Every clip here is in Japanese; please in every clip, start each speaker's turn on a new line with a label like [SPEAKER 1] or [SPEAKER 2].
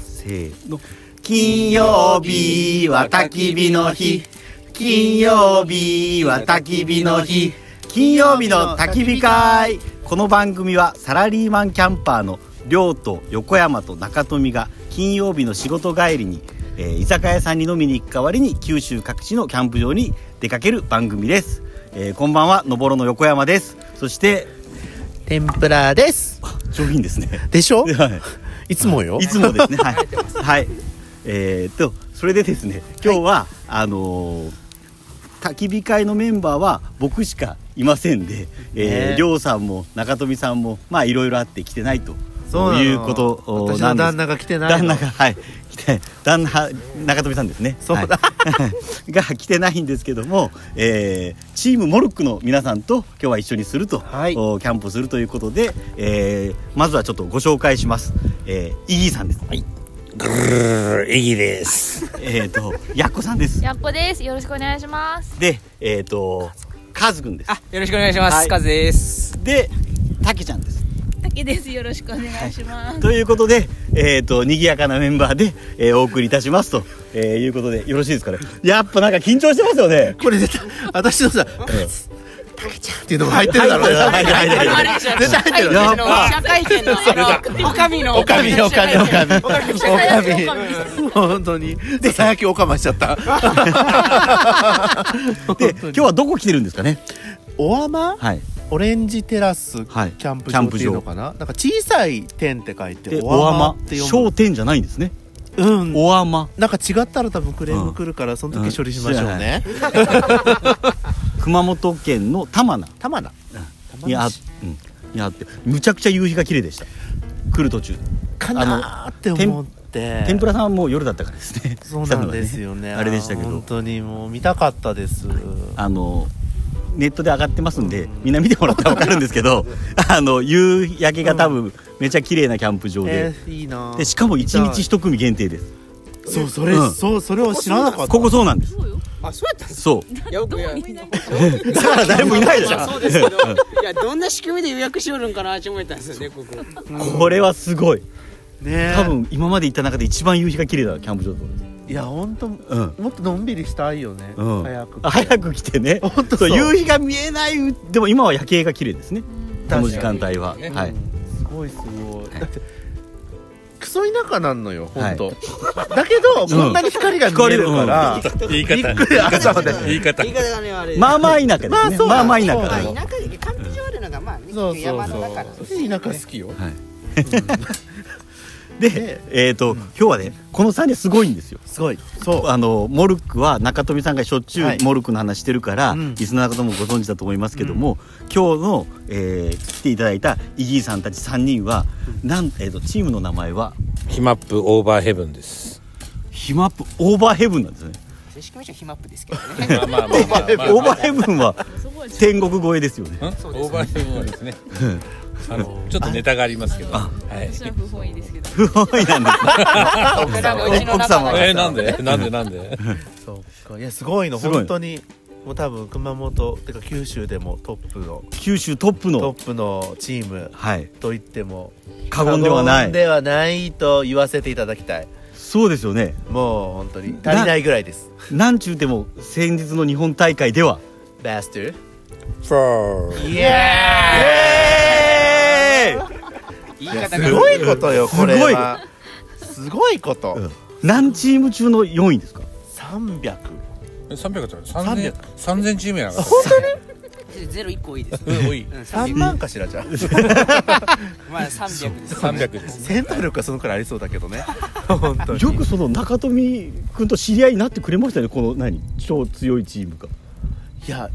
[SPEAKER 1] せーの
[SPEAKER 2] 金曜日は焚き火の日金曜日は焚き火の日
[SPEAKER 1] 金曜日の焚き火会この番組はサラリーマンキャンパーの亮と横山と中富が金曜日の仕事帰りに、えー居酒屋さんに飲みに行く代わりに九州各地のキャンプ場に出かける番組です、えーこんばんはのぼろの横山ですそして
[SPEAKER 3] 天ぷらです
[SPEAKER 1] 上品ですね
[SPEAKER 3] でしょ
[SPEAKER 1] はい
[SPEAKER 3] いつもよ
[SPEAKER 1] いつもですね。はい。 はい。えーっと、それでですね、今日は、あのー焚き火会のメンバーは僕しかいませんで、え
[SPEAKER 3] ね
[SPEAKER 1] ー、りょうさんも中富さんも、まあ、いろいろあって来てないと。
[SPEAKER 3] そうなの
[SPEAKER 1] いうことお
[SPEAKER 3] 私の旦
[SPEAKER 1] なん
[SPEAKER 3] 那が来てない
[SPEAKER 1] 旦
[SPEAKER 3] の
[SPEAKER 1] 那が、はい。来て、旦那、中富さんですね。
[SPEAKER 3] そうだ
[SPEAKER 1] はいが来てないんですけども、えーチームモルックの皆さんと今日は一緒にすると、
[SPEAKER 3] はい
[SPEAKER 1] おキャンプするということで、えーまずはちょっとご紹介します。えー、イギーさんです。はい。
[SPEAKER 4] エギです。
[SPEAKER 1] えっ、と、やっこさんです。
[SPEAKER 5] やっこです。よろしくお願いします。
[SPEAKER 1] で、えっ、と、カズくんです。
[SPEAKER 6] あ、よろしくお願いしま
[SPEAKER 1] はい
[SPEAKER 6] す。カズです。
[SPEAKER 1] で、たけちゃんです。
[SPEAKER 5] たけです。よろしくお願いします。
[SPEAKER 1] ということで、えっ、と、賑やかなメンバーで、えーお送りいたしますと、えーいうことで、よろしいですかね。やっぱなんか緊張してますよね。
[SPEAKER 3] これ絶対私のさ「
[SPEAKER 1] え
[SPEAKER 3] たけちゃん」っていうのが入ってるだろうね
[SPEAKER 1] 入ってる入ってる入ってる
[SPEAKER 3] 絶対入ってるよね
[SPEAKER 1] やっぱ
[SPEAKER 5] 社会人の
[SPEAKER 6] おかみの。
[SPEAKER 3] おかみおかみおかみおかみ
[SPEAKER 5] 女
[SPEAKER 3] 本当にでさやきおかましちゃった
[SPEAKER 1] で、今日はどこ来てるんですかね。
[SPEAKER 3] おあま
[SPEAKER 1] はい。
[SPEAKER 3] オレンジテラスキ
[SPEAKER 1] はい
[SPEAKER 3] ャンプ場っていうのかななんか小さい点って書いて
[SPEAKER 1] で、
[SPEAKER 3] お
[SPEAKER 1] おあ
[SPEAKER 3] あま
[SPEAKER 1] ま
[SPEAKER 3] っ。て読
[SPEAKER 1] 商店じゃないんですね。
[SPEAKER 3] むうん
[SPEAKER 1] おあま。
[SPEAKER 3] なんか違ったら多分クレーム来るからその時処理しましょうね
[SPEAKER 1] 熊本県の玉名
[SPEAKER 3] 玉名
[SPEAKER 1] にあ、うん、にあって、むちゃくちゃ夕日が綺麗でした。来る途中。
[SPEAKER 3] かなーって思って
[SPEAKER 1] 天ぷらさんはもう夜だったからですね。
[SPEAKER 3] そう
[SPEAKER 1] 来た
[SPEAKER 3] な
[SPEAKER 1] の
[SPEAKER 3] ん
[SPEAKER 1] がね
[SPEAKER 3] ですよ ね
[SPEAKER 1] あれでしたけど
[SPEAKER 3] 本。当にもう見たかったです
[SPEAKER 1] あのネットで上がってますんで、みんな見てもらったら分かるんですけど あの夕焼けが多分めちゃ綺麗なキャンプ場で,、
[SPEAKER 3] えーいいなー
[SPEAKER 1] でしかも1日1組限定です
[SPEAKER 3] そうそれ
[SPEAKER 1] うん
[SPEAKER 3] そうそれを知らなかった
[SPEAKER 1] ここそうなんです
[SPEAKER 2] あそうやったんです
[SPEAKER 1] そ
[SPEAKER 2] よくいや
[SPEAKER 1] うだ から 誰もいないでしょ
[SPEAKER 2] まあそうですけどいやどんな仕組みで予約しよるんかなって思ったんですよねここ
[SPEAKER 1] これはすごい
[SPEAKER 3] ね
[SPEAKER 1] 多分今まで行った中で一番夕日が綺麗なキャンプ場だと思います
[SPEAKER 3] いや本当
[SPEAKER 1] ん
[SPEAKER 3] もっとのんびりしたいよね
[SPEAKER 1] うん
[SPEAKER 3] 早く
[SPEAKER 1] あ早く来てね
[SPEAKER 3] 本当そう
[SPEAKER 1] そう夕日が見えないでも今は夜景が綺麗ですねこの時間帯は、
[SPEAKER 6] ね
[SPEAKER 1] はい
[SPEAKER 3] すごいすごいだってクソ田舎なんのよ本当
[SPEAKER 1] は
[SPEAKER 3] だけどこんなに光が見えるから
[SPEAKER 4] 言い
[SPEAKER 3] び
[SPEAKER 4] 方
[SPEAKER 3] っ。くりあそうだね
[SPEAKER 4] 言い方
[SPEAKER 2] 言。い方がねあれ
[SPEAKER 1] まあまあ田舎ですね、
[SPEAKER 3] まあそう
[SPEAKER 1] まあまあ田舎
[SPEAKER 3] そう
[SPEAKER 7] まあ、
[SPEAKER 1] はい
[SPEAKER 7] 田舎でキャンプ場あるのがまあ、ね、
[SPEAKER 3] そうそう
[SPEAKER 7] 山の中なんで
[SPEAKER 3] そう田舎好きよ
[SPEAKER 1] で
[SPEAKER 3] で、
[SPEAKER 1] えーと今日はねこの3人すごいんですよ
[SPEAKER 3] すごいそう
[SPEAKER 1] あのモルックは中富さんがしょっちゅ
[SPEAKER 3] は
[SPEAKER 1] う
[SPEAKER 3] い
[SPEAKER 1] モルックの話してるから、
[SPEAKER 3] うん
[SPEAKER 1] リスナーの方もご存知だと思いますけども、今日の、えー来ていただいたイギーさんたち3人は、なんえー、とチームの名前は
[SPEAKER 4] ヒマップオーバーヘブンです。
[SPEAKER 1] ヒマップオーバーヘブンなんですね、
[SPEAKER 7] 正式名称はヒマップですけどね
[SPEAKER 4] まあまあまあまあまあまあ
[SPEAKER 1] オーバーヘブンは天国越えですよね
[SPEAKER 4] んオーバーヘブンはですね。あのちょっとネタがありますけど。はい。
[SPEAKER 5] 私は不本意ですけど。
[SPEAKER 1] 不本意なんです
[SPEAKER 2] 僕らもうちの
[SPEAKER 1] 奥
[SPEAKER 2] 中
[SPEAKER 1] 様
[SPEAKER 2] の
[SPEAKER 4] えー、なんでなんでなん で。
[SPEAKER 3] そうかいやすごいの
[SPEAKER 1] すごい
[SPEAKER 3] 本当にもう多分熊本てか九州でもトップの
[SPEAKER 1] 九州トップの
[SPEAKER 3] トップのチーム
[SPEAKER 1] はい
[SPEAKER 3] と言っても
[SPEAKER 1] 過言ではな
[SPEAKER 3] 過
[SPEAKER 1] い
[SPEAKER 3] 言ではないと言わせていただきたい
[SPEAKER 1] そうですよね
[SPEAKER 3] もう本当に足りないぐらいです
[SPEAKER 1] なんちゅうても先日の日本大会では
[SPEAKER 3] バスターイ
[SPEAKER 1] えー
[SPEAKER 6] 言い
[SPEAKER 3] いや
[SPEAKER 6] 方
[SPEAKER 3] す
[SPEAKER 6] が。
[SPEAKER 3] ごいことよこれはすごいこと、
[SPEAKER 1] うん何チーム中の4位ですか
[SPEAKER 3] 300
[SPEAKER 4] 三百だった。三千三千チームやなかっ
[SPEAKER 2] ゼロ一個多いです
[SPEAKER 4] た。うん多い。
[SPEAKER 2] うん300
[SPEAKER 3] 3万かしらじゃあ
[SPEAKER 2] まあ300です
[SPEAKER 4] 三百です。
[SPEAKER 3] 戦闘力はそのくらいありそうだけどね 本当に
[SPEAKER 1] よくその中富君と知り合いになってくれましたねこの何超強いチームが
[SPEAKER 3] いや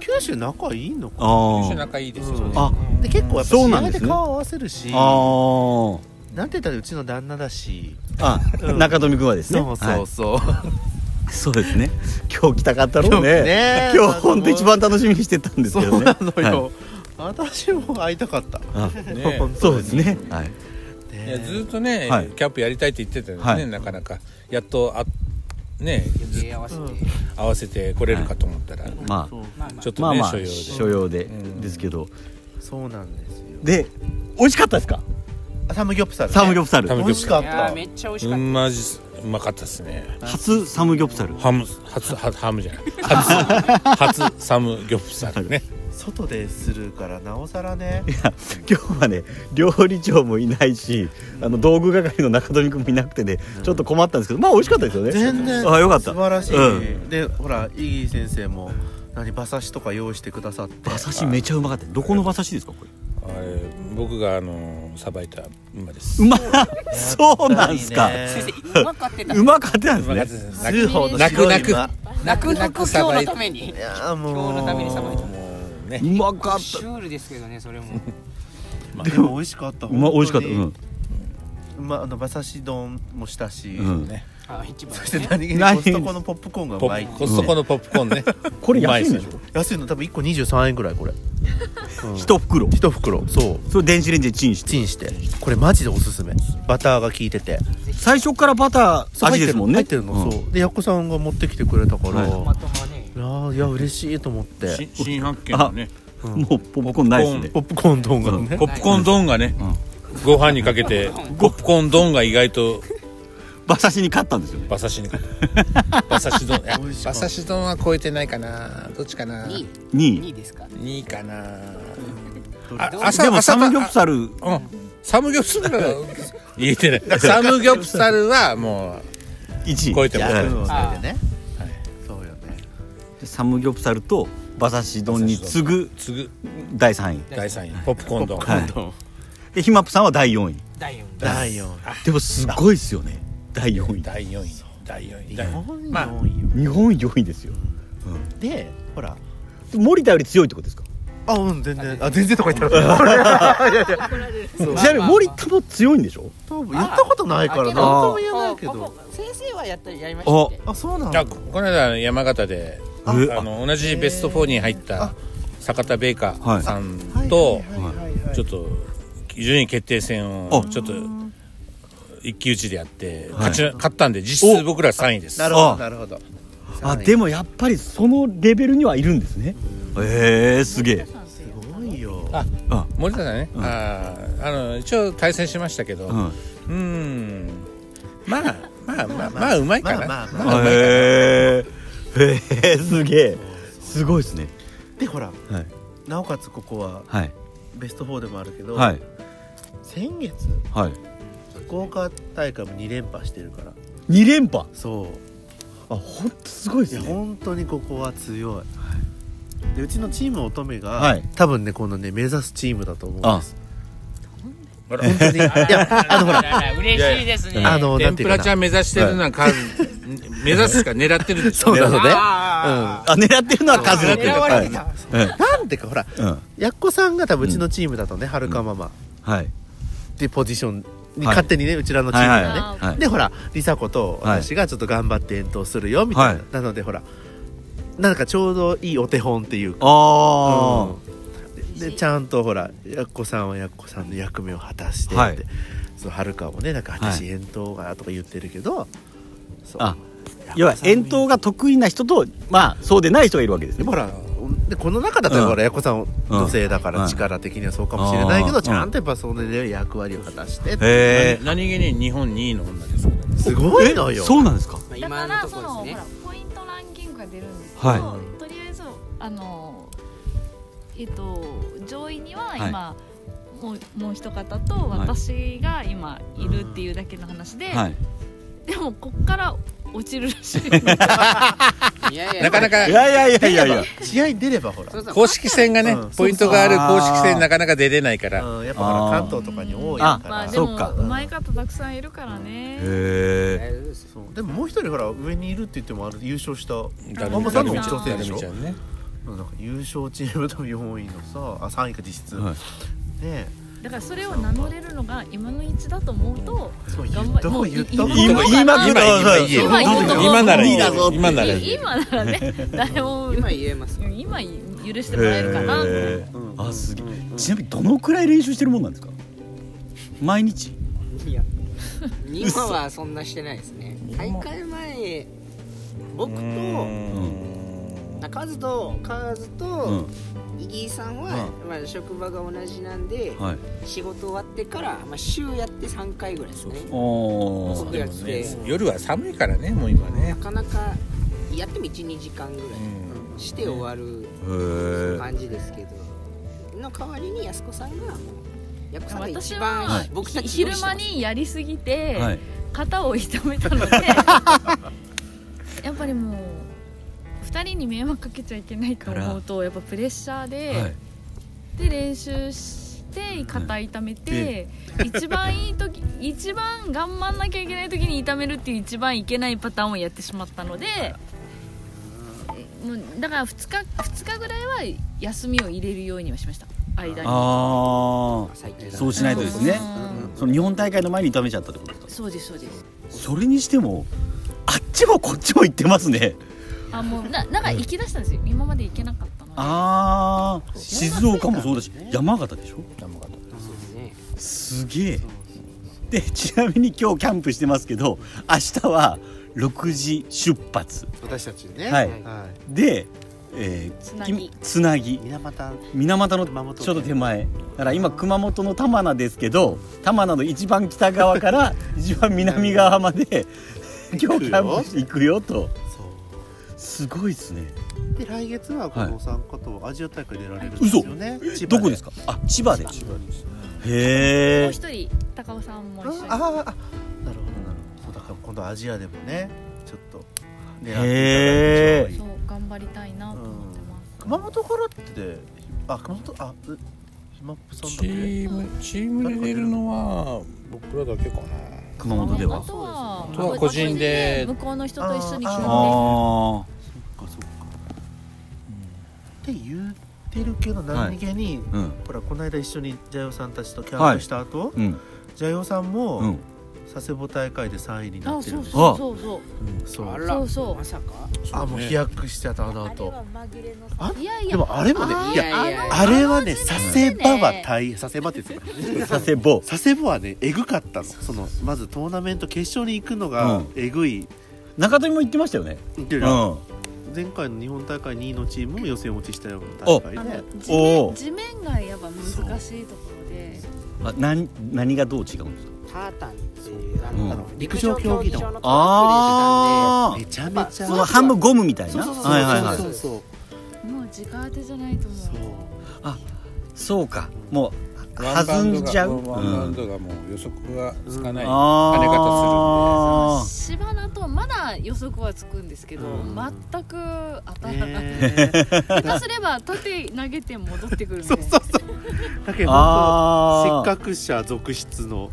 [SPEAKER 3] 九州仲いいのか
[SPEAKER 4] 九州
[SPEAKER 1] あ
[SPEAKER 4] 仲いいですよ。
[SPEAKER 3] うん
[SPEAKER 1] あ
[SPEAKER 3] で結構やっぱ
[SPEAKER 1] そう
[SPEAKER 3] 試
[SPEAKER 1] なん
[SPEAKER 3] 合
[SPEAKER 1] です
[SPEAKER 3] で
[SPEAKER 1] ね
[SPEAKER 3] 顔合わせるしな
[SPEAKER 1] あ
[SPEAKER 3] んて言ったらうちの旦那だし
[SPEAKER 1] ああ
[SPEAKER 3] うん
[SPEAKER 1] 中富君はですね
[SPEAKER 3] そうそうそう、
[SPEAKER 1] はいそうですね 今日来たかったろう
[SPEAKER 3] 今
[SPEAKER 1] ね
[SPEAKER 3] 日ね
[SPEAKER 1] 今日本当一番楽しみにしてたんです
[SPEAKER 3] そ
[SPEAKER 1] けど
[SPEAKER 3] う
[SPEAKER 1] ね
[SPEAKER 3] なのよ、
[SPEAKER 1] はい
[SPEAKER 3] 私も会いたかった
[SPEAKER 1] あ
[SPEAKER 4] ね
[SPEAKER 3] 本当に
[SPEAKER 1] そうですねはい
[SPEAKER 4] いや
[SPEAKER 3] ね
[SPEAKER 4] ずーっとね、
[SPEAKER 1] はい
[SPEAKER 4] キャンプやりたいって言ってたよね、
[SPEAKER 1] はい
[SPEAKER 4] なかなかやっとあね
[SPEAKER 2] 余計合わせて
[SPEAKER 4] 合わせてこれるかと思ったら、
[SPEAKER 1] ま
[SPEAKER 3] そう
[SPEAKER 2] まあまあ
[SPEAKER 4] ちょっと
[SPEAKER 1] あまあ
[SPEAKER 4] ね、
[SPEAKER 1] まあ
[SPEAKER 4] 所要で
[SPEAKER 1] 所要で
[SPEAKER 4] うん
[SPEAKER 1] ですけど
[SPEAKER 3] そうなんですよ
[SPEAKER 1] で美味しかったですか
[SPEAKER 3] サムギョプサルね、
[SPEAKER 1] サムギョプサル
[SPEAKER 4] サム
[SPEAKER 3] 美味しかっ
[SPEAKER 7] いや
[SPEAKER 3] た
[SPEAKER 7] ーめっちゃ美味し
[SPEAKER 4] う
[SPEAKER 7] かっ
[SPEAKER 4] んマジっすうまかったですね
[SPEAKER 1] 初サムギョプサル
[SPEAKER 4] ハム初はハムじゃない初初サムギョプサルね
[SPEAKER 3] 外でするからなおさらね
[SPEAKER 1] 今日はね料理長もいないしあの道具係の中富君もいなくてねちょっと困ったんですけどまあ美味しかったですよね
[SPEAKER 3] 全然
[SPEAKER 1] あよかった
[SPEAKER 3] 素晴らしい、
[SPEAKER 1] う
[SPEAKER 3] でほらイギー先生も何馬刺しとか用意してくださって
[SPEAKER 1] 馬刺しめちゃうまかったどこの馬刺しですかこれ
[SPEAKER 4] はい僕があのさばいた馬です
[SPEAKER 1] うまっそうなんですか
[SPEAKER 3] やっぱりね
[SPEAKER 7] たうまかってた
[SPEAKER 1] うまかったん
[SPEAKER 4] 馬
[SPEAKER 1] で
[SPEAKER 4] が
[SPEAKER 1] すね
[SPEAKER 4] ですね
[SPEAKER 3] 通報の白い馬
[SPEAKER 4] 泣く泣
[SPEAKER 7] 泣く泣く今日のために
[SPEAKER 3] いやーもう
[SPEAKER 7] 今日のためにさばいた
[SPEAKER 4] もうね
[SPEAKER 1] うまかっ
[SPEAKER 7] シュールですけどねそれも
[SPEAKER 3] まあでも美味しかっ
[SPEAKER 1] た
[SPEAKER 3] た
[SPEAKER 1] うま美味しかったう
[SPEAKER 3] 本
[SPEAKER 1] ん
[SPEAKER 3] 当にまああの馬刺し丼もしたし、
[SPEAKER 1] うん
[SPEAKER 7] あ一番
[SPEAKER 3] そ
[SPEAKER 7] ね
[SPEAKER 3] して何気に
[SPEAKER 1] 何
[SPEAKER 3] コストコのポップコーンがう
[SPEAKER 4] ポ
[SPEAKER 3] まい
[SPEAKER 4] ッコストコのポップコーンね
[SPEAKER 1] これ安いんでし
[SPEAKER 4] うま
[SPEAKER 1] ょ
[SPEAKER 3] 安いの多分1個23円ぐらいこれ
[SPEAKER 1] 一袋
[SPEAKER 3] 1袋そう
[SPEAKER 1] それ電子レンジでチンして
[SPEAKER 3] チンしてこれマジでおすすめバターが効いてて
[SPEAKER 1] 最初からバター味ですもんね
[SPEAKER 3] 入ってるの、
[SPEAKER 1] うん
[SPEAKER 3] そうでやっこさんが持ってきてくれたから、
[SPEAKER 1] はい
[SPEAKER 3] い、
[SPEAKER 7] まともね
[SPEAKER 3] やーいや嬉しいと思って
[SPEAKER 4] し新発見のね
[SPEAKER 1] もうポップコーンないですね
[SPEAKER 3] ポップコーン丼がね
[SPEAKER 4] ポップコーン丼がねご飯にかけてポップコーン丼が意外と
[SPEAKER 1] 馬刺しに勝ったんですよね
[SPEAKER 4] 馬刺しにかけて馬刺し丼いや
[SPEAKER 3] 美味しか
[SPEAKER 4] 馬
[SPEAKER 3] った
[SPEAKER 4] 刺し丼は超えてないかなどっちかな
[SPEAKER 7] 2
[SPEAKER 1] 2
[SPEAKER 7] 2ですか
[SPEAKER 4] 2かなあ
[SPEAKER 1] 位でもサムギョプサル
[SPEAKER 4] うんサムギョプサルは言えてないサムギョプサルはもう
[SPEAKER 1] 1位
[SPEAKER 4] 超えて
[SPEAKER 3] い
[SPEAKER 4] ます
[SPEAKER 3] や
[SPEAKER 1] は
[SPEAKER 3] う
[SPEAKER 1] い
[SPEAKER 3] んそ
[SPEAKER 7] あー
[SPEAKER 3] れでねそうよね
[SPEAKER 1] でサムギョプサルと馬刺し丼に次ぐ
[SPEAKER 4] 次ぐ
[SPEAKER 1] 第3位
[SPEAKER 4] 第3位ポップコーン丼
[SPEAKER 1] はいでヒマップさんは第4位
[SPEAKER 7] 第4
[SPEAKER 3] 第4位
[SPEAKER 1] でもすごいですよね第4位
[SPEAKER 4] 第4位第4位第4位
[SPEAKER 3] 本
[SPEAKER 4] まあ
[SPEAKER 3] 4位よ
[SPEAKER 1] 日本4位ですよ
[SPEAKER 3] でほら
[SPEAKER 1] 森田より強いってことですか
[SPEAKER 3] あうん全然あ全然とか言ったらいやいや
[SPEAKER 1] ちなみに森田も強いんでしょ
[SPEAKER 3] 多分言ったことないから
[SPEAKER 7] あ
[SPEAKER 3] な
[SPEAKER 7] け
[SPEAKER 3] ん
[SPEAKER 7] ど
[SPEAKER 3] とも言えないけ
[SPEAKER 7] あパ
[SPEAKER 3] ど
[SPEAKER 7] パ先生はやったやりましたっけ
[SPEAKER 3] あそうなん
[SPEAKER 4] じゃ
[SPEAKER 3] だ
[SPEAKER 4] あここの間山形であ
[SPEAKER 1] え
[SPEAKER 4] の同じベスト4に入った坂田ベイカーさん
[SPEAKER 3] と
[SPEAKER 4] とちょっと順位決定戦をちょっと一騎打ちでやって勝ち勝ったんで実質僕ら3位です
[SPEAKER 3] なるほどなるほど
[SPEAKER 1] あでもやっぱりそのレベルにはいるんですねへえすげえ
[SPEAKER 3] すごいよ
[SPEAKER 4] あ
[SPEAKER 1] あ
[SPEAKER 4] 森田さんね、あーあの一応対戦しましたけど、う
[SPEAKER 1] うん
[SPEAKER 4] ん、まあまあまあまあうまいかな、
[SPEAKER 3] まあまあ
[SPEAKER 4] まあうまいか
[SPEAKER 1] へえへえすげえすごいですね
[SPEAKER 3] でほら
[SPEAKER 1] はい
[SPEAKER 3] なおかつここは
[SPEAKER 1] はい
[SPEAKER 3] ベスト4でもあるけど、
[SPEAKER 1] はい
[SPEAKER 3] 先月
[SPEAKER 1] はい
[SPEAKER 3] 福岡大会も2連覇してるから
[SPEAKER 1] 2連覇
[SPEAKER 3] そ
[SPEAKER 1] あ本当すごいで
[SPEAKER 3] うい
[SPEAKER 1] すね
[SPEAKER 3] や本当にここは強い、でうちのチーム乙女が、
[SPEAKER 1] はい
[SPEAKER 3] 多分ねこのね目指すチームだと思うんです
[SPEAKER 4] な
[SPEAKER 3] 本当 にいやあのほら
[SPEAKER 7] あ嬉しいですね
[SPEAKER 3] あのな
[SPEAKER 4] 天
[SPEAKER 3] んて
[SPEAKER 4] ぷ
[SPEAKER 3] いうからな
[SPEAKER 4] ちゃん目指してるのは数、目指すか狙ってるんです
[SPEAKER 3] そうなのね
[SPEAKER 7] あ
[SPEAKER 1] あ狙ってるのは数だっていう
[SPEAKER 7] 狙
[SPEAKER 1] か
[SPEAKER 7] わ
[SPEAKER 1] は
[SPEAKER 7] れ
[SPEAKER 1] い
[SPEAKER 7] てた
[SPEAKER 3] なんていうかほら
[SPEAKER 1] うん
[SPEAKER 3] やっこさんが多分うちのチームだとね、はるかママっ
[SPEAKER 1] はい
[SPEAKER 3] ていうポジションに
[SPEAKER 1] はい
[SPEAKER 3] 勝手にね、うちらのチームがね、
[SPEAKER 1] はい
[SPEAKER 5] はい
[SPEAKER 1] はい
[SPEAKER 3] でほら梨紗子と私がちょっと頑張って遠投するよみたいな、
[SPEAKER 1] はい
[SPEAKER 3] なのでほらなんかちょうどいいお手本っていうか
[SPEAKER 1] あ
[SPEAKER 3] うんででちゃんとほらやっこさんはやっこさんの役目を果たしてって、
[SPEAKER 1] はい
[SPEAKER 3] そのはるかもねなんか
[SPEAKER 1] は
[SPEAKER 3] 私
[SPEAKER 1] い
[SPEAKER 3] 遠投がとか言ってるけど、そう
[SPEAKER 1] あ
[SPEAKER 3] やっこさん
[SPEAKER 1] 要は遠投が得意な人とまあそうでない人がいるわけです
[SPEAKER 3] で
[SPEAKER 1] ね
[SPEAKER 3] もほらでこの中だったらほら、やっこさん女性だか
[SPEAKER 1] う
[SPEAKER 3] ら
[SPEAKER 1] ん
[SPEAKER 3] 力的にはそうかもしれないけど、
[SPEAKER 1] うん
[SPEAKER 3] ちゃんとやっぱその、ね、役割を果たしてって
[SPEAKER 1] へ
[SPEAKER 4] 何気に日本2位の女ですからね
[SPEAKER 3] すごいのよ
[SPEAKER 1] そうなんですか
[SPEAKER 7] まあ
[SPEAKER 5] だか
[SPEAKER 7] 今の
[SPEAKER 5] ら
[SPEAKER 7] と
[SPEAKER 5] そ
[SPEAKER 7] こ
[SPEAKER 5] の
[SPEAKER 7] ろ
[SPEAKER 5] ほ
[SPEAKER 7] です
[SPEAKER 5] ら
[SPEAKER 7] ね
[SPEAKER 5] ポイントランキングが出るんですけど、
[SPEAKER 1] は
[SPEAKER 5] とりあえずあのえっと上位には
[SPEAKER 1] はい
[SPEAKER 5] 今、もうもう一方と私が今いるっていうだけの話で、
[SPEAKER 1] はい
[SPEAKER 5] でもこっから落ちるらしい
[SPEAKER 7] いやいや
[SPEAKER 4] なかなか
[SPEAKER 1] いやいやいやいやいや
[SPEAKER 3] 試合に出ればほら
[SPEAKER 7] そうそう
[SPEAKER 4] 公式戦がね、
[SPEAKER 3] うん
[SPEAKER 4] ポイントがある公式戦なかなか出れないから、
[SPEAKER 3] うん、やっぱほ
[SPEAKER 1] あ
[SPEAKER 3] ら
[SPEAKER 1] ー
[SPEAKER 3] 関東とかに多いか
[SPEAKER 5] まあ
[SPEAKER 3] ら
[SPEAKER 5] で
[SPEAKER 1] そう
[SPEAKER 5] も
[SPEAKER 1] か
[SPEAKER 5] うまい方たくさんいるからね、
[SPEAKER 1] へえ
[SPEAKER 7] 大丈夫ですよ
[SPEAKER 3] そうでももう一人ほら上にいるって言ってもあれ優勝した
[SPEAKER 4] ダル
[SPEAKER 3] マ
[SPEAKER 4] ミ
[SPEAKER 3] マ
[SPEAKER 4] ダ
[SPEAKER 3] さんの
[SPEAKER 4] ルミ
[SPEAKER 3] 女
[SPEAKER 4] ちゃん
[SPEAKER 3] 性でしょ
[SPEAKER 4] ダルミちゃんね
[SPEAKER 3] なんか優勝チームと4位のさあ3位か実質、
[SPEAKER 1] はい
[SPEAKER 3] ね
[SPEAKER 5] だからそれを名乗れるのが今の位置だと思うと、
[SPEAKER 3] えそう
[SPEAKER 5] 頑
[SPEAKER 3] 言
[SPEAKER 5] 張
[SPEAKER 3] っ
[SPEAKER 5] れ
[SPEAKER 3] た
[SPEAKER 5] もう
[SPEAKER 3] 言っ
[SPEAKER 5] い
[SPEAKER 3] た
[SPEAKER 5] い
[SPEAKER 1] 今今今
[SPEAKER 5] 今
[SPEAKER 3] 言え
[SPEAKER 1] 今
[SPEAKER 5] 今言うとこ
[SPEAKER 4] 今ならいい
[SPEAKER 1] だぞ
[SPEAKER 4] 今ならいい
[SPEAKER 5] 今ならね誰も
[SPEAKER 7] 今言えますよ
[SPEAKER 5] 今許してもらえるかな
[SPEAKER 1] へー
[SPEAKER 3] うん
[SPEAKER 1] あすげえちなみにどのくらい練習してるもんなんですか毎日
[SPEAKER 7] いや今はそんなしてないですね大会前僕と
[SPEAKER 4] うん
[SPEAKER 7] あカズとカズ
[SPEAKER 1] う
[SPEAKER 7] と
[SPEAKER 1] ん
[SPEAKER 7] イギーさんは、まあ、職場が同じなんで、
[SPEAKER 1] はい
[SPEAKER 7] 仕事終わってから、まあ、週やって3回ぐらいですね
[SPEAKER 1] おー
[SPEAKER 7] 僕
[SPEAKER 4] で
[SPEAKER 7] や
[SPEAKER 4] も
[SPEAKER 7] っ
[SPEAKER 4] ね
[SPEAKER 7] て
[SPEAKER 4] 夜は寒いからねもう今ね
[SPEAKER 7] なかなかやっても12時間ぐらいして終わる
[SPEAKER 1] へえ
[SPEAKER 7] 感じですけどの代わりに安子さんがもうやっこさんが
[SPEAKER 5] 私
[SPEAKER 7] 一
[SPEAKER 5] は、
[SPEAKER 7] 番
[SPEAKER 5] ひ
[SPEAKER 7] 僕たちより
[SPEAKER 5] 昼間にやりすぎて、
[SPEAKER 1] はい
[SPEAKER 5] 肩を痛めたのでやっぱりもう2人に迷惑かけちゃいけないと思うとやっぱプレッシャーで、
[SPEAKER 1] はい
[SPEAKER 5] で練習して肩痛めて、一番いい時 一番頑張んなきゃいけない時に痛めるっていう一番いけないパターンをやってしまったので。もうだから2日2日ぐらいは休みを入れるようにはしました間に
[SPEAKER 1] あ
[SPEAKER 7] 最近
[SPEAKER 1] あそうしないとですね
[SPEAKER 5] うん
[SPEAKER 1] その日本大会の前に痛めちゃったってことですか
[SPEAKER 5] そうですそうです
[SPEAKER 1] それにしてもあっちもこっちも行ってますね
[SPEAKER 5] あもうななんか行き出したんですよ今まで行けなかったので
[SPEAKER 1] ああ静岡もそうだし山形でしょ
[SPEAKER 7] そうですね
[SPEAKER 1] すげえでちなみに今日キャンプしてますけど明日は6時出発
[SPEAKER 3] 私たちね
[SPEAKER 1] はい
[SPEAKER 3] は
[SPEAKER 1] で、えー
[SPEAKER 5] つなぎ
[SPEAKER 1] きつなぎ
[SPEAKER 3] い水俣
[SPEAKER 1] 水俣の
[SPEAKER 3] 熊本県
[SPEAKER 1] ちょうど手前だから今熊本の玉名ですけど玉名の一番北側から一番南側まで今日キャンプ行くよと
[SPEAKER 3] そ
[SPEAKER 1] すごいですね
[SPEAKER 3] うで来月はこのお三方はアジア大会出られるんです
[SPEAKER 1] 嘘
[SPEAKER 3] よね
[SPEAKER 1] どこです
[SPEAKER 3] か
[SPEAKER 1] かあ千葉でへ
[SPEAKER 5] もう
[SPEAKER 1] え
[SPEAKER 5] 一人高尾さんも
[SPEAKER 3] あ
[SPEAKER 5] 一緒に
[SPEAKER 3] ああなるほどなるほどそうだから今度アジアでもねちょっと狙っていただい
[SPEAKER 1] へ
[SPEAKER 3] て
[SPEAKER 1] ー
[SPEAKER 5] そう頑張りたいなと思ってます
[SPEAKER 3] 熊本からってあ熊本あうひまっぷさんだ
[SPEAKER 4] チ
[SPEAKER 3] っけ
[SPEAKER 4] ームチームで出るのは僕らだけかな
[SPEAKER 1] 熊本で
[SPEAKER 5] あ
[SPEAKER 1] は
[SPEAKER 5] とは
[SPEAKER 4] あとは個人で
[SPEAKER 5] 向こうの人と一緒に来
[SPEAKER 3] あ
[SPEAKER 5] る
[SPEAKER 3] ー
[SPEAKER 5] の
[SPEAKER 1] あ
[SPEAKER 3] そっかそっかって言ってるけど何気に、
[SPEAKER 1] あうん
[SPEAKER 3] ほらこの間一緒にジャイオさんたちとキャンプした後、
[SPEAKER 1] うん
[SPEAKER 3] ジャイオさんも、
[SPEAKER 1] うん
[SPEAKER 3] 佐世保大会で3位に
[SPEAKER 5] で
[SPEAKER 3] なっ
[SPEAKER 5] あ
[SPEAKER 3] てるん
[SPEAKER 5] そう
[SPEAKER 3] です
[SPEAKER 5] そうそうそう
[SPEAKER 3] そう
[SPEAKER 7] あ
[SPEAKER 5] そ
[SPEAKER 7] ら
[SPEAKER 5] うそう
[SPEAKER 7] まさか
[SPEAKER 3] あもう飛躍してたあの後あ
[SPEAKER 5] いやい
[SPEAKER 3] で
[SPEAKER 5] や
[SPEAKER 3] もあれもね
[SPEAKER 5] あ
[SPEAKER 3] いや
[SPEAKER 7] いやいや
[SPEAKER 3] あれはね
[SPEAKER 5] あの時
[SPEAKER 3] 佐
[SPEAKER 5] 代
[SPEAKER 3] 世
[SPEAKER 5] ね
[SPEAKER 3] 保は大変佐世保って言ってた
[SPEAKER 1] 佐世保
[SPEAKER 3] 佐世保はねえぐかったのそのまずトーナメント決勝に行くの
[SPEAKER 1] う
[SPEAKER 3] が
[SPEAKER 1] ん
[SPEAKER 3] えぐい、
[SPEAKER 1] 中富も行ってましたよね
[SPEAKER 3] って
[SPEAKER 1] う
[SPEAKER 3] い
[SPEAKER 1] ん
[SPEAKER 3] うのは
[SPEAKER 1] お
[SPEAKER 3] 前回の日本大会2位のチームも予選落ちしたような大会
[SPEAKER 5] あ
[SPEAKER 3] で
[SPEAKER 5] の地
[SPEAKER 1] お
[SPEAKER 5] 面地面がやっぱ難しいところで
[SPEAKER 1] あ何何がどう違うんですか
[SPEAKER 7] タータンっていうあ
[SPEAKER 1] うん
[SPEAKER 7] のあの陸上競技場のトラックで出てたんで
[SPEAKER 1] あー
[SPEAKER 3] めちゃめちゃ
[SPEAKER 1] その半分ゴムみたい
[SPEAKER 7] そ
[SPEAKER 1] な
[SPEAKER 7] うそうそう
[SPEAKER 1] はいはいはい
[SPEAKER 7] そうそうそう
[SPEAKER 5] もう直当てじゃないと思う
[SPEAKER 1] そうかもう
[SPEAKER 4] ワンバ
[SPEAKER 1] 弾
[SPEAKER 4] ウンド
[SPEAKER 1] ん
[SPEAKER 4] が
[SPEAKER 1] じゃう、
[SPEAKER 4] ワンバウンドがもう予測がつかない
[SPEAKER 1] あ
[SPEAKER 4] 跳ね方
[SPEAKER 1] あ
[SPEAKER 5] 芝だとまだ予測はつくんですけど、全く当たらなくて、
[SPEAKER 3] ねえ
[SPEAKER 5] 下手すれば縦投げて戻ってくるみたいな
[SPEAKER 3] だけど
[SPEAKER 1] あー
[SPEAKER 3] 本当失格者続出の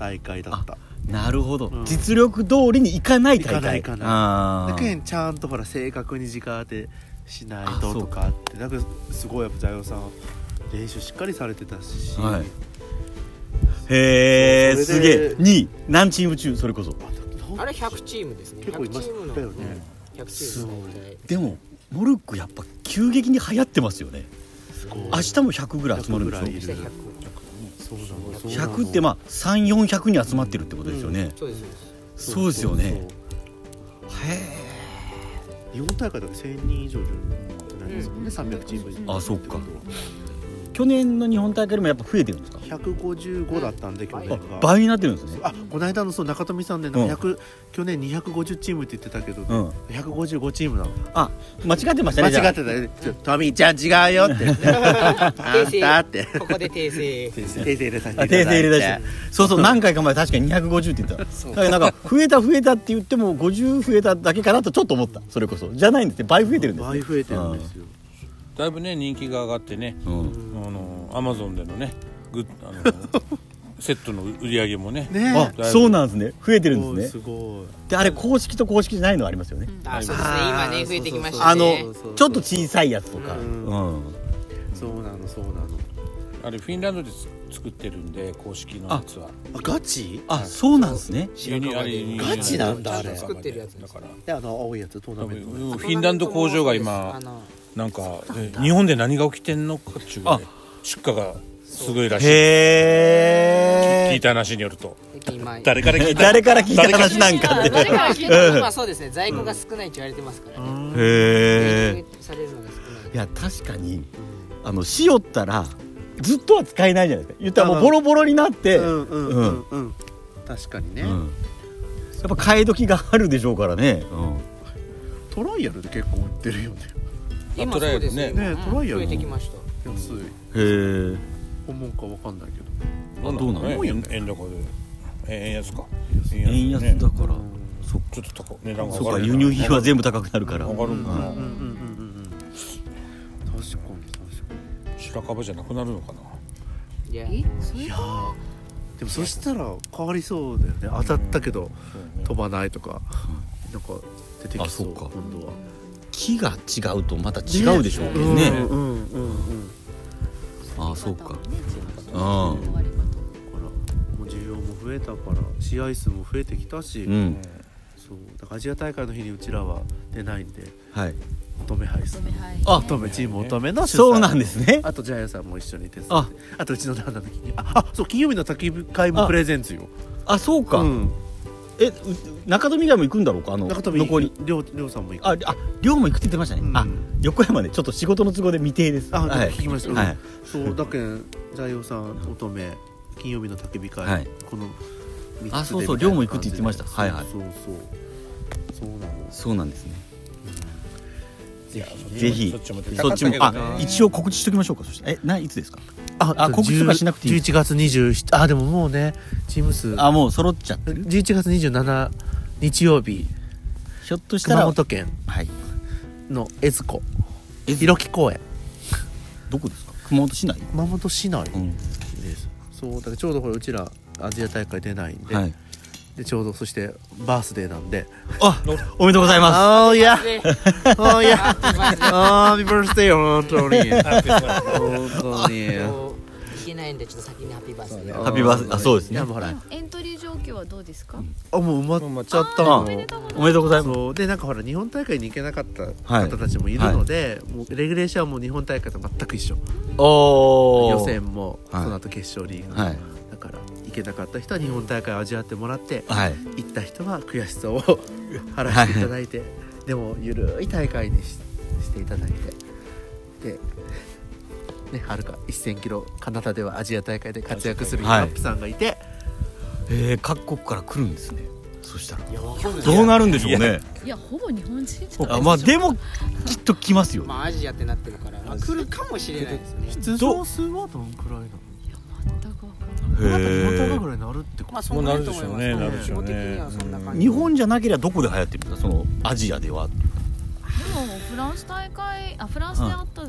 [SPEAKER 3] 大会だった
[SPEAKER 1] なるほど、
[SPEAKER 3] うん
[SPEAKER 1] 実力通りにいかない大会
[SPEAKER 3] いかないいかない
[SPEAKER 1] あ
[SPEAKER 3] だ
[SPEAKER 1] ー
[SPEAKER 3] けどちゃんとほら正確に時間当てしない
[SPEAKER 1] あ
[SPEAKER 3] と
[SPEAKER 1] そう
[SPEAKER 3] とかあってだけどすごいやっぱジャイオさんは練習しっかりされてたし、
[SPEAKER 1] はいへえす
[SPEAKER 3] それ
[SPEAKER 1] げえ
[SPEAKER 3] で
[SPEAKER 1] 2位何チーム中それこそ
[SPEAKER 3] あだ
[SPEAKER 7] あれ100チームですね
[SPEAKER 3] 結構い
[SPEAKER 7] 100
[SPEAKER 3] ま
[SPEAKER 7] チーム
[SPEAKER 3] し
[SPEAKER 7] の
[SPEAKER 3] たよね、
[SPEAKER 7] 100チームの大体
[SPEAKER 1] でもモルックやっぱ急激に流行ってますよね
[SPEAKER 3] すごい
[SPEAKER 1] 明日も100ぐらい集まるん
[SPEAKER 3] 100ぐらいい
[SPEAKER 1] で
[SPEAKER 3] る
[SPEAKER 1] す
[SPEAKER 7] そ
[SPEAKER 1] よ
[SPEAKER 7] したら100
[SPEAKER 3] そうなのそうなの
[SPEAKER 1] 100ってまあ3400に集まってるってことですよね、
[SPEAKER 7] そうですそうです
[SPEAKER 1] そうですよね
[SPEAKER 3] そう日本大会だって1000人以上いるんじゃないですかね、
[SPEAKER 5] うん
[SPEAKER 3] 300チーム以上
[SPEAKER 1] あそっか
[SPEAKER 3] てことは
[SPEAKER 1] 去年の日本大会でもやっぱ増えてるんですか
[SPEAKER 3] 155だったんで去年
[SPEAKER 1] あ
[SPEAKER 3] が
[SPEAKER 1] 倍になってるんですね
[SPEAKER 3] あこの間のそう中富さんで、ね
[SPEAKER 1] うん
[SPEAKER 3] 100去年250チームって言ってたけど、
[SPEAKER 1] うん
[SPEAKER 3] 155チームなの
[SPEAKER 1] あ間違ってました
[SPEAKER 3] 間
[SPEAKER 1] ねじゃあ
[SPEAKER 3] 違ってたねちょトミーちゃん違うよって あんたって
[SPEAKER 7] ここで訂正
[SPEAKER 3] 訂正入れさせ
[SPEAKER 1] あ
[SPEAKER 3] てい
[SPEAKER 1] 訂正
[SPEAKER 3] ただい
[SPEAKER 1] 入
[SPEAKER 3] て
[SPEAKER 1] れだしそう そう何回か前確かに250って言ってただからなんか増えた増えたって言っても50増えただけかなとちょっと思ったそれこそじゃないんですね倍増えてるんですね
[SPEAKER 3] 倍増えてるんですよ
[SPEAKER 4] だいぶね人気が上がってね、
[SPEAKER 1] うん
[SPEAKER 4] あのアマゾンでのねグッあ のセットの売り上げもね
[SPEAKER 3] ねえ
[SPEAKER 1] あそうなんですね増えてる
[SPEAKER 3] す
[SPEAKER 1] ん
[SPEAKER 3] ごい
[SPEAKER 1] です
[SPEAKER 3] す
[SPEAKER 1] ね
[SPEAKER 3] ごい
[SPEAKER 1] であれ公式と公式じゃないのありますよね
[SPEAKER 7] あそうですね今ね増えてきましたね
[SPEAKER 1] あの
[SPEAKER 3] そうそうそう
[SPEAKER 1] ちょっと小さいやつとかう
[SPEAKER 3] うんそうなのそうなの
[SPEAKER 4] あれフィンランドでつ作ってるんで公式のやつは
[SPEAKER 3] あガチ
[SPEAKER 1] あそうなんですね
[SPEAKER 4] ユニあれユニ
[SPEAKER 3] ガチなんだあれ
[SPEAKER 4] ユニ
[SPEAKER 7] 作ってるやつで
[SPEAKER 4] だ
[SPEAKER 7] す
[SPEAKER 4] から
[SPEAKER 3] であの青いやつトーナ
[SPEAKER 4] 多
[SPEAKER 3] メ
[SPEAKER 4] 分
[SPEAKER 3] ント
[SPEAKER 4] うんフィンランド工場が今
[SPEAKER 7] あの
[SPEAKER 4] なんかえ日本で何が起きてんのかっちゅうぐらい出荷がすごいらしい
[SPEAKER 1] へ
[SPEAKER 4] 聞いた話によると
[SPEAKER 7] 駅前
[SPEAKER 4] 誰から聞いた
[SPEAKER 1] 誰から聞いた話なんかって
[SPEAKER 5] 誰から聞いた
[SPEAKER 1] うん
[SPEAKER 7] まあそうですね在庫が少ないって言われてますからね
[SPEAKER 1] へえ
[SPEAKER 7] 輸入されるのが少ない
[SPEAKER 1] いや確かにあのしおったらずっとは使えないじゃないですか言ったらもうボロボロになって、
[SPEAKER 2] うんうんうんうん確かにね、
[SPEAKER 1] うんやっぱ替え時があるでしょうからね、うん
[SPEAKER 3] トライアルで結構売ってるよね
[SPEAKER 7] 今そうですね
[SPEAKER 4] と
[SPEAKER 3] りあえずねねトライアル
[SPEAKER 7] 増えてきました
[SPEAKER 3] 安い
[SPEAKER 1] へえ
[SPEAKER 3] 本物かわかんないけど
[SPEAKER 1] あどうなの
[SPEAKER 4] ね
[SPEAKER 3] 多いよね
[SPEAKER 4] 円高でえ円安か
[SPEAKER 1] 円安だ
[SPEAKER 4] ね
[SPEAKER 1] から、そっ
[SPEAKER 4] ちょっと高値段が
[SPEAKER 1] そっ
[SPEAKER 4] 上が
[SPEAKER 1] か
[SPEAKER 4] る
[SPEAKER 1] 輸入費は全部高くなるから
[SPEAKER 4] 上がるんかな、
[SPEAKER 3] うんうんうんうんうん確かに確かに
[SPEAKER 4] 白樺じゃなくなるのかない
[SPEAKER 7] や
[SPEAKER 3] いやーでもそしたら変わりそうだよね当たったけど飛ばないとかなんか出てきそ
[SPEAKER 1] あそ
[SPEAKER 3] う
[SPEAKER 1] うか
[SPEAKER 3] 今度は
[SPEAKER 1] 木が違うとまた違うでしょうけどね
[SPEAKER 3] うんうんうんうん
[SPEAKER 1] ああそう
[SPEAKER 8] う
[SPEAKER 1] か
[SPEAKER 8] ん
[SPEAKER 1] あ
[SPEAKER 3] ほらもう需要も増えたから試合数も増えてきたし、
[SPEAKER 1] うん
[SPEAKER 3] そうだからアジア大会の日にうちらは出ないんで
[SPEAKER 1] はい
[SPEAKER 3] 乙女ハイス
[SPEAKER 1] あ
[SPEAKER 3] 乙女チーム乙女の主催
[SPEAKER 1] そうなんですね
[SPEAKER 3] あとジャイアンさんも一緒に手伝って
[SPEAKER 1] あ
[SPEAKER 3] あとうちの旦那の金ああそう金曜日の焚き火いもプレゼンツよ
[SPEAKER 1] あそうか、
[SPEAKER 3] うん
[SPEAKER 1] えう中富以外も行くんだろうかあの
[SPEAKER 3] 中富
[SPEAKER 1] 残り
[SPEAKER 3] りょうりょうさんも行く
[SPEAKER 1] ああ寮も行くって言ってましたね、
[SPEAKER 3] うん
[SPEAKER 1] あ横山ねちょっと仕事の都合で未定です
[SPEAKER 3] あ、
[SPEAKER 1] はい
[SPEAKER 3] 聞きました、うん
[SPEAKER 1] はい
[SPEAKER 3] そうだけん財オさん乙女金曜日の焚き火会、
[SPEAKER 1] はい
[SPEAKER 3] この三つで
[SPEAKER 1] あそうそう
[SPEAKER 3] みたい
[SPEAKER 1] 寮
[SPEAKER 3] な感じで
[SPEAKER 1] も行くって言ってましたはいはい
[SPEAKER 3] そうそうそうなの
[SPEAKER 1] そうなんですね
[SPEAKER 3] ぜひね
[SPEAKER 1] ぜひ
[SPEAKER 4] そっちも
[SPEAKER 1] そっちも
[SPEAKER 4] 高かったけど
[SPEAKER 1] あ
[SPEAKER 4] ね
[SPEAKER 1] 一応告知しときましょうかそしてえないつですか
[SPEAKER 3] あ
[SPEAKER 1] あ告知とかしなくていい
[SPEAKER 3] 11月27あでももうねチーム数
[SPEAKER 1] あもう揃っちゃってる
[SPEAKER 3] 11月27日曜日
[SPEAKER 1] ひょっとしたら
[SPEAKER 3] 熊本県
[SPEAKER 1] はい
[SPEAKER 3] の江津湖
[SPEAKER 1] え
[SPEAKER 3] 弘樹公園
[SPEAKER 1] どこですか熊本市内
[SPEAKER 3] 熊本市内
[SPEAKER 1] うん
[SPEAKER 3] です、そうだからちょうどこれうちらアジア大会出ないんで,、
[SPEAKER 1] はい
[SPEAKER 3] でちょうどそしてバースデーなんで
[SPEAKER 1] あおめでとうございます
[SPEAKER 3] ああいや
[SPEAKER 7] で
[SPEAKER 3] ああいや ああビバースデーよ本当に本当に
[SPEAKER 7] こういけないんでちょっと先にハッピーバースデー
[SPEAKER 1] ハッピーバースデーあそうですね
[SPEAKER 3] いやもうほら
[SPEAKER 8] エントリー状況はどうですか
[SPEAKER 3] あもう埋まっちゃった
[SPEAKER 1] あ
[SPEAKER 3] の
[SPEAKER 1] おめ
[SPEAKER 8] でとうございます
[SPEAKER 1] おめでとうございます
[SPEAKER 3] そうでなんかほら日本大会に行けなかった方たちもいるので、もうレギュレーションはもう日本大会と全く一緒
[SPEAKER 1] おお
[SPEAKER 3] 予選もそ
[SPEAKER 1] はい
[SPEAKER 3] の後決勝リーグ、
[SPEAKER 1] はい
[SPEAKER 3] だから行けなかった人は日本大会を味わってもらって、
[SPEAKER 1] はい
[SPEAKER 3] 行った人は悔しさを晴らしていただいて、でもゆるい大会にししていただいてでねはるか1,000キロカナダではアジア大会で活躍するイ
[SPEAKER 1] はい
[SPEAKER 3] マップさんがいて、
[SPEAKER 1] えー、各国から来るんですねそしたら
[SPEAKER 7] ど
[SPEAKER 1] どうなるんでしょうね
[SPEAKER 5] いやほぼ日本人じゃない
[SPEAKER 1] あまあでもきっと来ますよ、
[SPEAKER 7] まあアジアってなってるから、まあ、来るかもしれないですね
[SPEAKER 3] 出場数はどんくらいなの
[SPEAKER 5] 全くわからない
[SPEAKER 1] へ
[SPEAKER 3] また
[SPEAKER 1] え
[SPEAKER 3] ぐらいになるってこと
[SPEAKER 7] まあそんなると思います
[SPEAKER 4] もうなるでしょ
[SPEAKER 7] 規模
[SPEAKER 4] うね
[SPEAKER 7] 的にはそんな感じ
[SPEAKER 1] 日本じゃなければどこで流行ってるんですかそのアジアでは
[SPEAKER 5] でもフランス大会あフランスであった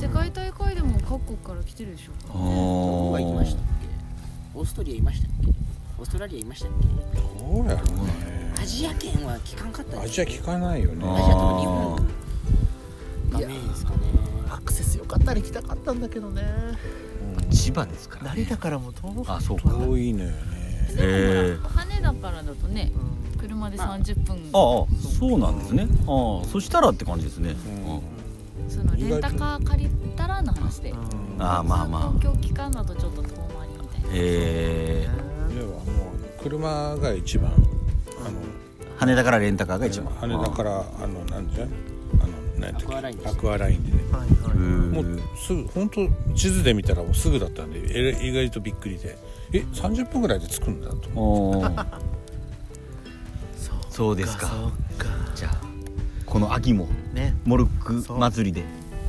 [SPEAKER 5] 世界大会でも各国から来てるでしょ
[SPEAKER 1] あ
[SPEAKER 5] う
[SPEAKER 7] どこが行きま
[SPEAKER 1] ー
[SPEAKER 7] したっけオーストリアいましたっけオーストラリアいましたっ
[SPEAKER 4] どうやろうね
[SPEAKER 7] けアジア圏は聞かんかった
[SPEAKER 4] ア
[SPEAKER 7] です
[SPEAKER 4] ジア聞かないよね
[SPEAKER 7] アジアとか日本がメインですかね
[SPEAKER 3] アクセスよかったら行きたかったんだけどね
[SPEAKER 1] 千葉ですから
[SPEAKER 3] 成田からも遠く
[SPEAKER 1] あそうか
[SPEAKER 4] 遠いのよね
[SPEAKER 1] へえ
[SPEAKER 5] 羽田からだとね車で30分
[SPEAKER 1] ああそうなんですねああそしたらって感じですね、
[SPEAKER 5] そのレンタカー借りたらの話で
[SPEAKER 1] うんああまあまあ
[SPEAKER 5] 公共機関だとちょっと遠回りみたいな
[SPEAKER 1] へえ
[SPEAKER 4] ではもう車が一番あの
[SPEAKER 1] 羽田からレンタカーが一番
[SPEAKER 4] 羽田からあのなんじゃあのなんやったっけ
[SPEAKER 7] アクアラインです
[SPEAKER 4] アクアラインでね
[SPEAKER 3] はいはい
[SPEAKER 4] もうすぐ本当地図で見たらもうすぐだったんでえら意外とびっくりでえ30分ぐらいで着くんだと思
[SPEAKER 1] おーそうですかじゃあこの秋も
[SPEAKER 3] ね
[SPEAKER 1] モルック祭りで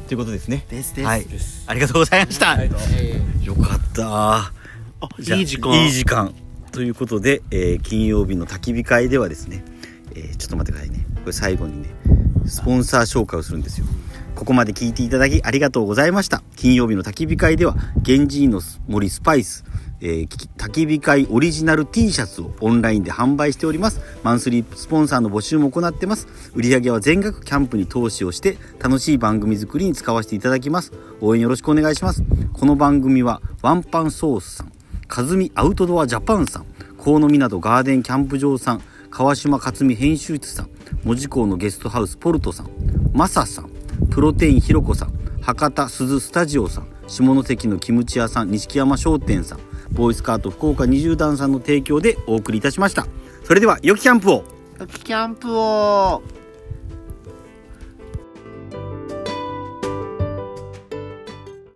[SPEAKER 1] ということですね
[SPEAKER 3] ですです
[SPEAKER 1] はい
[SPEAKER 4] です
[SPEAKER 1] ありがとうございました、
[SPEAKER 7] ええ
[SPEAKER 1] よかったじゃあ
[SPEAKER 3] いい時間
[SPEAKER 1] いい時間ということで、えー金曜日の焚き火会ではですね、えーちょっと待ってくださいねこれ最後にねスポンサー紹介をするんですよここまで聞いていただきありがとうございました金曜日の焚き火会では源氏の森スパイス、えーき焚き火会オリジナル T シャツをオンラインで販売しておりますマンスリースポンサーの募集も行ってます売り上げは全額キャンプに投資をして楽しい番組作りに使わせていただきます応援よろしくお願いしますこの番組はワンパンソースさんかずみアウトドアジャパンさん河野港ガーデンキャンプ場さん川島克美編集室さん門司港のゲストハウスポルトさんマサさんプロテインひろこさん博多鈴スタジオさん下関のキムチ屋さん錦山商店さんボーイスカート福岡二十段さんの提供でお送りいたしましたそれでは良きキャンプを
[SPEAKER 3] キャンプを